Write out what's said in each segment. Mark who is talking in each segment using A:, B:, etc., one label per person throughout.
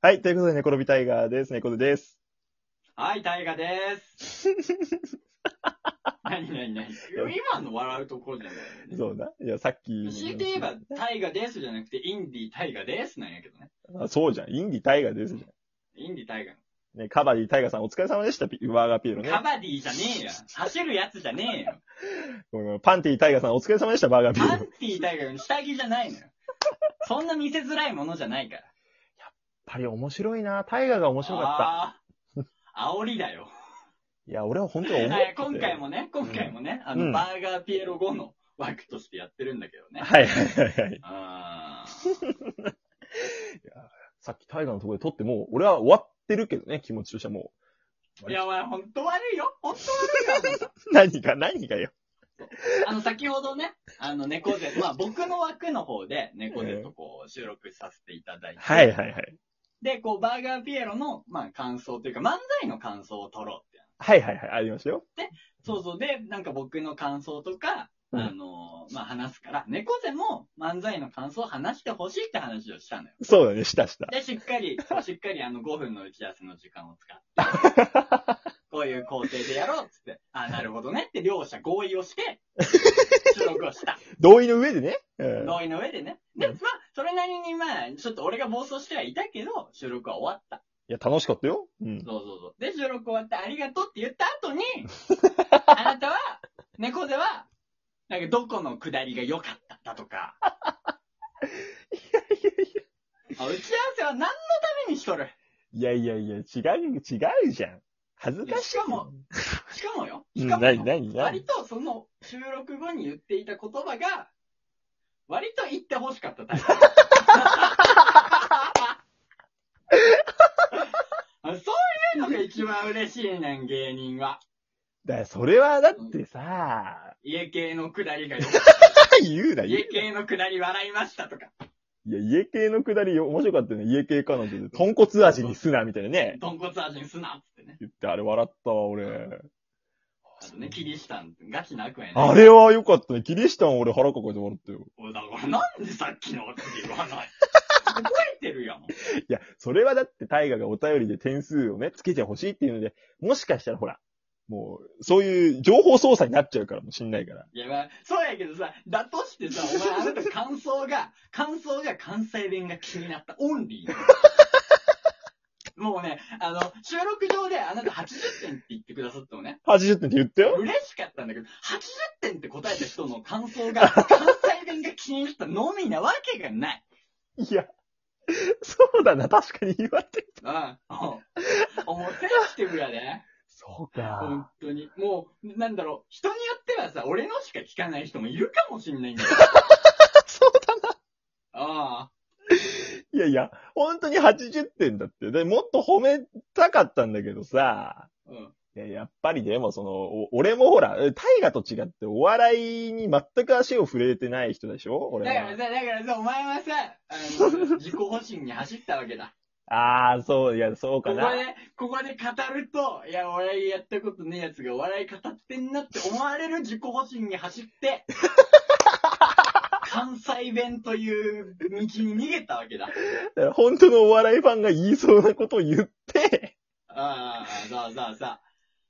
A: はい、ということで、寝転びタイガーです。猫背です。
B: はい、大河です。 何何何今の笑うところじゃないよね。
A: そうだ。いや、さっき。
B: 強いて言えば、大河ですじゃなくて、インディ大河ですなんやけどね。
A: あそうじゃん。インディタイガーですじ
B: インディ大河
A: ゃん。ね、カバディタイガーさんお疲れ様でした、ピワーガーピエロ
B: の。
A: ね。
B: カバディじゃねえ や。走るやつじゃねえよ。
A: ごめんごめんパンティタイガーさんお疲れ様でした、バーガーピエ
B: パン
A: ロ。やっ
B: ティ大河の下着じゃないのよ。そんな見せづらいものじゃないから。
A: ぱり面白いなタイガーが面白かった。
B: た。煽りだよ。
A: いや、俺は本当に思っ
B: は
A: て
B: い、今回。もね、今回もね、あ
A: うん
B: の、バーガーピエロ5の枠としてやってるんだけどね。
A: はいはいはいはい。
B: あ
A: さっきタイガーのところで撮ってもう、俺は終わってるけどね、気持ちとしてはも
B: ーいや、お前、ほんと悪いよ。ほんと悪いよ。
A: う。 何が何がよ。
B: あの、先ほどね、あの、猫背、まあ、僕の枠の方で、猫背とこう、収録させていただいて、
A: はいはいはい。
B: で、こう、バーガーピエロの、まあ、感想というか、漫才の感想を取ろうって。
A: はいはいはい、ありましたよ。
B: そうそう、で、なんか僕の感想とか、
A: うん
B: あのまあ、話すから、猫背も漫才の感想を話してほしいって話をしたのよ。
A: そうだね、したした。
B: で、しっかり、こうしっかりあの、5分の打ち合わせの時間を使って、 こういう工程でやろうっつって、あ、なるほどねって両者合意をして、収録をした。
A: 同意の上でね。うん
B: 同意の上でね。で、まあ、それなりにまあ、ちょっと俺が暴走してはいたけど、収録は終わった。
A: いや、楽しかったよ。うん。
B: そうそうそう。で、収録終わってありがとうって言った 後に、あなたは、猫では、なんかどこの下りが良かっただ とか。いやいやいや。打ち合わせは何のためにしとる
A: いやいやいや、違う、違うじゃん。恥ずかしい。
B: いやしかもしかもよ。
A: う
B: し
A: ん、
B: かも
A: なになになに
B: 割とその収録後に言っていた言葉が、割と言って欲しかった タイプ。そういうのが一番嬉しいねん、芸人は。
A: だからそれはだってさ、
B: 家系のくだりがよ、
A: 言うな、言
B: 家
A: うな。
B: 系のくだり笑いましたとか、
A: いや、家系のくだりよ面白かったよね。家系彼女で、豚骨味にすな、みたいなね。
B: 豚骨味にすなっつってね。
A: 言って、あれ笑ったわ、俺。
B: あとね、キリシタン、ガチな悪やね。
A: あれは良かったね。キリシタン俺腹抱えて笑ったよ。
B: おいだからなんでさっきのって言 わない覚えてるやん。
A: いや、それはだって大河がお便りで点数をね、つけてほしいっていうので、もしかしたらほら、もう、そういう情報操作になっちゃうからもしんないから。
B: いや、まあ、そうやけどさ、だとしてさ、お前、あなた感想が、 感想が関西弁が気になったオンリ ーなの。もうね、あの、収録上であなた80点って言ってくださったのね、
A: 80点って言ったよ
B: 嬉しかったんだけど、80点って答えた人の感想が、関西弁が気になったのみなわけがない。
A: いや、そうだな、確かに言われてる。
B: うん。おおもうセンシティブやね。
A: そう
B: 本
A: か。
B: 当に。もう、なんだろう、人によってはさ、俺のしか聞かない人もいるかもしんないんだよ。
A: そうだ
B: ああ。
A: いやいや、本当に80点だって。で、もっと褒めたかったんだけどさ。
B: うん
A: いや、やっぱりでもその、お俺もほら、え大河と違ってお笑いに全く足を触れてない人でしょ俺
B: だから
A: は
B: さ、。だからさ、お前はさ、あの、自己保身に走ったわけだ。
A: ああ、そう、いや、そうか
B: ここで
A: な。、
B: ここで語ると、いや、お笑いやったことねえやつがお笑い語ってんなって思われる自己保身に 走って、関西弁という道に逃げたわけだ。
A: だから本当のお笑いファンが言いそうなことを言って、
B: ああ、そうそうそう。あ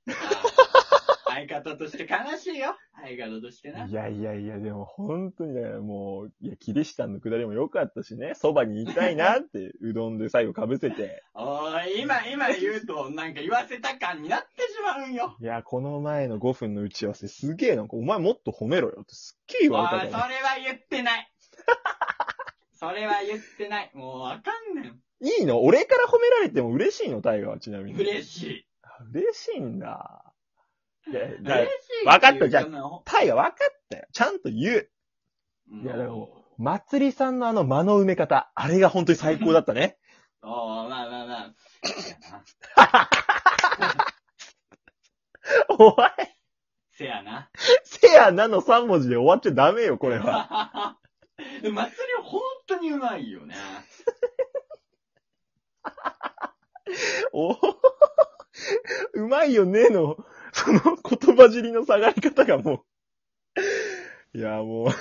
B: あ相方として悲しいよ。相方としてな。
A: いやいやいや、でも本当にだからもう、いや、キリシタンのくだりも良かったしね、そばにいたいなって、うどんで最後被せて。
B: おい、今、今言うと、なんか言わせた感になってしまうんよ。
A: いや、この前の5分の打ち合わせすげえなんか、お前もっと褒めろよってすっげえ言わ
B: あ
A: れ
B: ー
A: たか
B: それは言ってない。 それは言ってない。もうわかんね
A: ら。いいの俺から褒められても嬉しいのタイガーはちなみ
B: ん。
A: に。
B: 嬉
A: しい。
B: しい。
A: 嬉しいんだ。いやだから
B: 嬉しい。
A: わかったじゃん
B: あ。
A: タイガー分かったよ。ちゃんと言う。いやでも祭りさんのあの間の埋め方、あれが本当に最高だった ね。
B: おー、まあまあまあ。
A: お前、
B: せやな。
A: せやなの3文字で終わっちゃダメよ、これは。
B: 祭りは本当にうまいよね。
A: お うまいよねの、その言葉尻の下がり方がも う。いや、もうい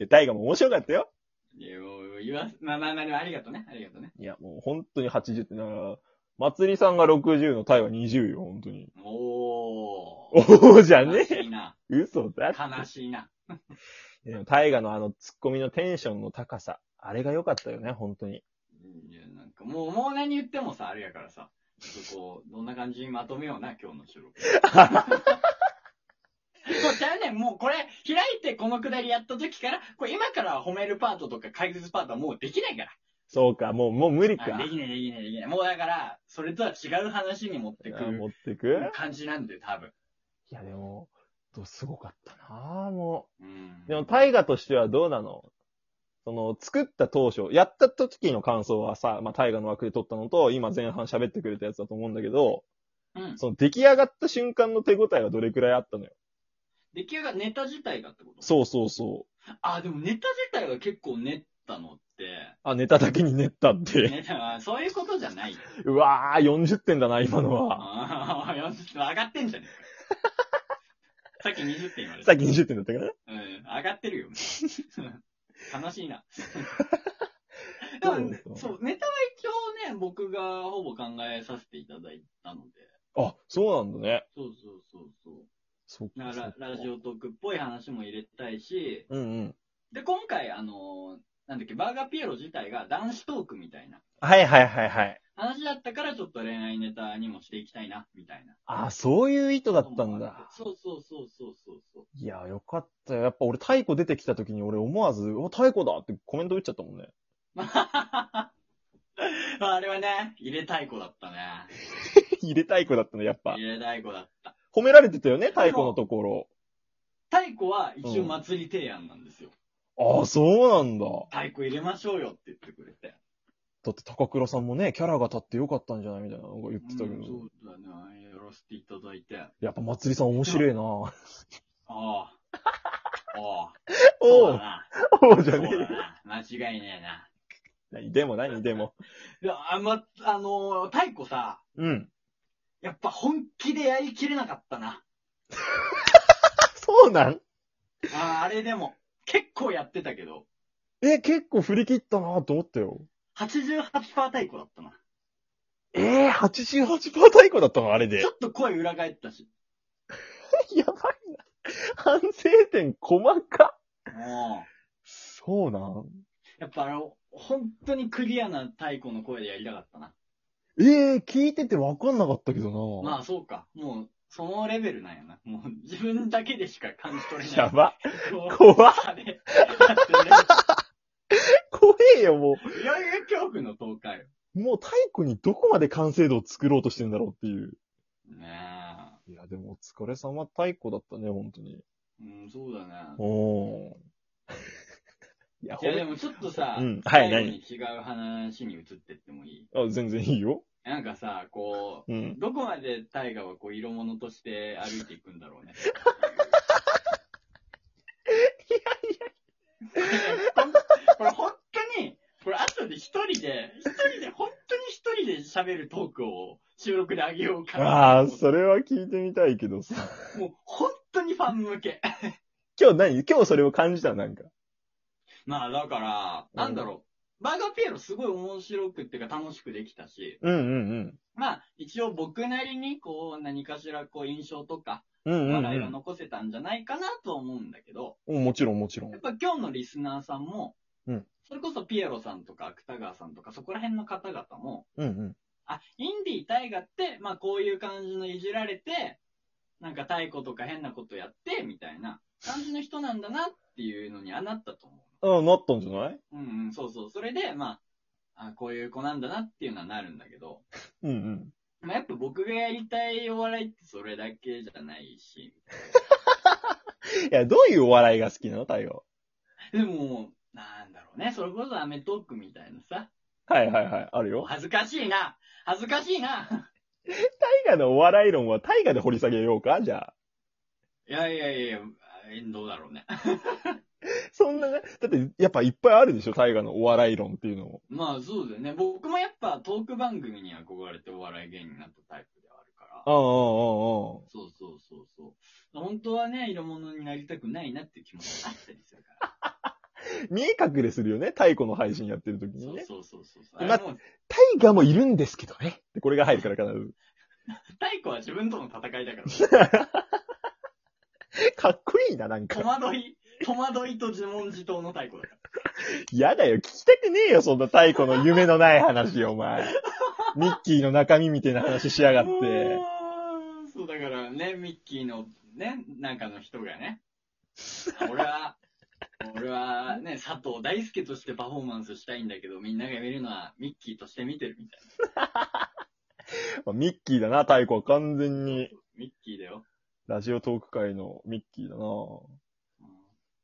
A: や。タイガーも面白かったよ。
B: いや、もう言わす。まあまあまあ、でもありがとうね。ありがとうね。
A: いや、もう本当に80って、だから、まつりさんが60のタイは20よ、本当に。
B: おー。
A: おおじゃね
B: 悲
A: え。
B: しいな。
A: 嘘だって。
B: 悲しいな。
A: でも、大河のあの、ツッコミのテンションの高さ。あれが良かったよね、本当に。
B: いや、なんかもう、もう何言ってもさ、あれやからさ。ちょっとこう、どんな感じにまとめような、今日の収 録。そう、ちゃうねん。もうこれ、開いてこのくだりやった時から、これ今からは褒めるパートとか解説パートはもうできないから。
A: そうか、もう、もう無理
B: あ
A: か。
B: できないできないできない。もうだから、それとは違う話に持ってく
A: あ
B: る
A: 持ってく
B: 感じなんで、多分。
A: いや、でも、どすごかったなぁ、も
B: うん
A: う。でも、大河としてはどうなのその、作った当初、やった時の感想はさ、まあ、大河の枠で撮ったのと、今前半喋ってくれたやつだと思うんだけど、
B: うん。
A: その、出来上がった瞬間の手応えはどれくらいあったのよ。
B: 出来上がネタ自体がってこと
A: そうそうそう。
B: あ、でもネタ自体が結構練ったのって、
A: あ、ネタだけに練ったって。
B: ネタはそういうことじゃないよ。
A: うわぁ、40点だな、今のは。
B: ああ、40上がってんじゃねえか。さ っき20って言われ
A: さっ
B: た。
A: き20点だったからね。
B: うん、上がって るよ。悲しいな。
A: そうなん
B: でも
A: ですよ、
B: そう、ネタは一応ね、僕がほぼ考えさせていただいたので。
A: あ、そうなんだね。
B: そうそうそうそう。
A: そっか
B: だ
A: そ
B: か、
A: っから
B: ラジオトークっぽい話も入れたいし、
A: うんうん。
B: で、今回、あの、なんだっけ、バーガーピエロ自体が男子トークみたいな
A: はいはいはいはい。
B: 話だったから、ちょっと恋愛ネタにもしていきたいな、みたいな。
A: あ、そういう意図だったんだ。
B: そうそうそうそうそうそう。
A: いや、よかったよ。やっぱ俺、太鼓出てきた時に俺思わず、お、太鼓だってコメント打っちゃったもんね。
B: ま あ、あれはね、入れ太鼓だったね。
A: 入れ太鼓だったの、やっぱ。
B: 入れ太鼓だった。
A: 褒められてたよね、太鼓のとこ
B: 太鼓は一応祭り提案なんですよ。
A: ろ。あ、そうなんだ。
B: 太鼓入れましょうよって言ってくれて。
A: だって高倉さんもね、キャラが立ってよかったんじゃないみたいなのが言ってたけど。
B: うんそうだね、やらせていただいて。あ
A: やっぱまつりさん面白いな お
B: あ。ああ。そ
A: お
B: うだ な。
A: うじ
B: そ
A: ゃ
B: う
A: ね
B: だな。間違いねえな。
A: え。何でも何でも。
B: いや、あま、あのー太鼓さ、
A: うん。
B: やっぱ本気でやりきれなかったな。
A: そうなん
B: あああれでも、結構やってたけど、
A: え、結構振り切ったなと思ったよ。
B: 88%太鼓だったな。
A: えー、88%太鼓だったのあ れで
B: ちょ。っと声裏返ったし。
A: やばいな。反省点細か。
B: も
A: そうなん
B: う、やっぱあの、本当にクリアな太鼓の声でやりたかったな。
A: ええ聞いてて分かんなかったけどな。
B: まあそうか。もう、そのレベルなんやな。もう、自分だけでしか感じ取れな い。
A: やば。
B: こう
A: 怖っ
B: あれやってるね
A: 怖えよ、も
B: いよいよ恐怖の東海。
A: う。もう太鼓にどこまで完成度を作ろうとしてんだろうっていう。
B: ねえ。
A: いや、でもお疲れ様太鼓だったね、本当に。
B: うん、そうだね。
A: おー。いや、
B: い
A: ほ
B: やで
A: ん
B: もちょっとさ、
A: うんはい
B: 最後に違う話に移ってってもいい
A: あ、全然いいよ。
B: なんかさ、こ
A: う
B: う、
A: ん。
B: どこまで大河はこう、色物として歩いていくんだろうね。いやいや。これ本当に、これ後で一人で、一人で、本当に一人で喋るトークを収録であげようかな。
A: ああ、それは聞いてみたいけどさ。
B: もう本当にファン向け。
A: 今日何今日それを感じたなんか。
B: まあだから、なんだろう。バーガーピエロすごい面白くっていうか楽しくできたし、
A: うんうん
B: まあ一応僕なりにこう何かしらこう印象とか
A: うん。うんうん、
B: 笑いうは
A: ん
B: 残せたんじゃないかなとは思うんだけど、
A: うん。もちろんもちろん
B: やっ。ぱ今日のリスナーさんも、
A: うん
B: それこそピエロさんとか芥川さんとかそこら辺の方々も、
A: うんうん。
B: あ、インディー大河って、まあこういう感じのいじられて、なんか太鼓とか変なことやって、みたいな感じの人なんだなっていうのにはなったと思。
A: ああ、なったんじゃないう
B: うんうん、そうそう。それで、まあ、あこういう子なんだなっていうのはなるんだけど、
A: うんうん。
B: まあ、やっぱ僕がやりたいお笑いってそれだけじゃないし、
A: いや、どういうお笑いが好きなの太陽。
B: でも、なんだろうね。それこそアメトークみたいなさ。
A: はいはいはい。あるよ。
B: 恥ずかしいな。恥ずかしいな。
A: 大河のお笑い論は大河で掘り下げようかじゃあ。
B: いやいやいや、どうだろうね。
A: そんなね、だってやっぱいっぱいあるでしょ大河のお笑い論っていうのも。
B: まあそうだよね。僕もやっぱトーク番組に憧れてお笑い芸人になったタイプではある
A: あ
B: から。
A: あ、ああ、あ
B: そうそうそうそう。本当はね、色物になりたくないなっていう気持ちがあったりするから。
A: 見え隠れするよね。太鼓の配信やってる時にね。
B: そうそうそうそう。
A: で
B: あれもう
A: タイガもいるんですけどね。でこれが入るから必
B: 太鼓は自分との戦いだから。
A: ず。かっこいいな、なん
B: 戸
A: か。
B: 惑い、戸惑いと自問自答の太鼓だか
A: やだよ、聞きたくねえよ、そんな太鼓の夢のない話、お前。ミッキーの中身みたいな話しやが っ
B: ら。
A: て。
B: うーんそうだからね、ミッキーのね、なんかの人がね、俺は、俺はね、佐藤大輔としてパフォーマンスしたいんだけど、みんなが見るのはミッキーとして見てるみたいな。
A: ミッキーだな、太鼓は完全に。
B: ミッキーだよ。
A: ラジオトーク界のミッキーだな
B: うん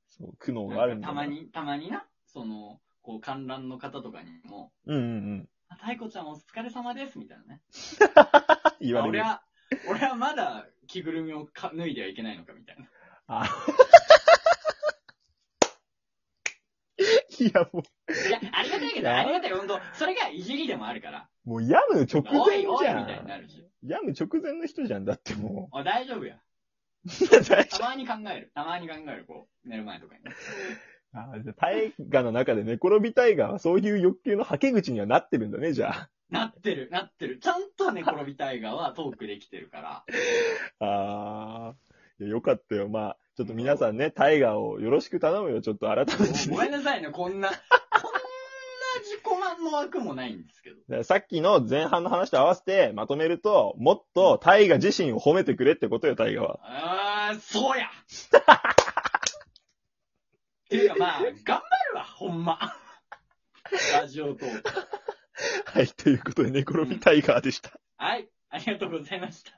A: そう、苦悩があ
B: な
A: る
B: ん
A: ん
B: か
A: だ
B: た
A: な
B: ま。に、たまにな、その、こう観覧の方とかにも、
A: うんうんうん。
B: あ太鼓ちゃんお疲れ様です、みたいなね。
A: 言われ
B: 俺
A: る。
B: は、俺はまだ着ぐるみをか脱いではいけないのか、みたいな。
A: あいや、も
B: いや、ありがたいけ
A: い
B: ど、
A: や
B: ありがたい、ほんと。それがいじりでもあるから。
A: う、もう病む直
B: お
A: 前
B: いお
A: じ
B: いみ
A: ゃ
B: たいに
A: ん。
B: なるし。
A: 病む直前の人じゃん、だっても
B: お大丈夫や。
A: う。 大丈夫
B: たまに考える。たまに考える、こう、寝る前とかにね。
A: あーじゃあ大河の中で寝転び大河はそういう欲求のはけ口にはなってるんだね、じゃあ。
B: なってる、なってる。ちゃんと寝転びタイガーはトークできてるから。
A: あーいやよかったよ。まあ、ちょっと皆さんね、大河をよろしく頼むよ。ちょっと改めて
B: ご
A: ね
B: めんなさいね、こんな、こんな自己満の枠もないんですけど。
A: だからさっきの前半の話と合わせてまとめると、もっと大河自身を褒めてくれってことよ、大河は。
B: あー、そうやっていうかまあ、頑張るわ、ほんま。ラジオトーク。
A: はい、ということで、寝転びタイガーでした。
B: はい、ありがとうございました。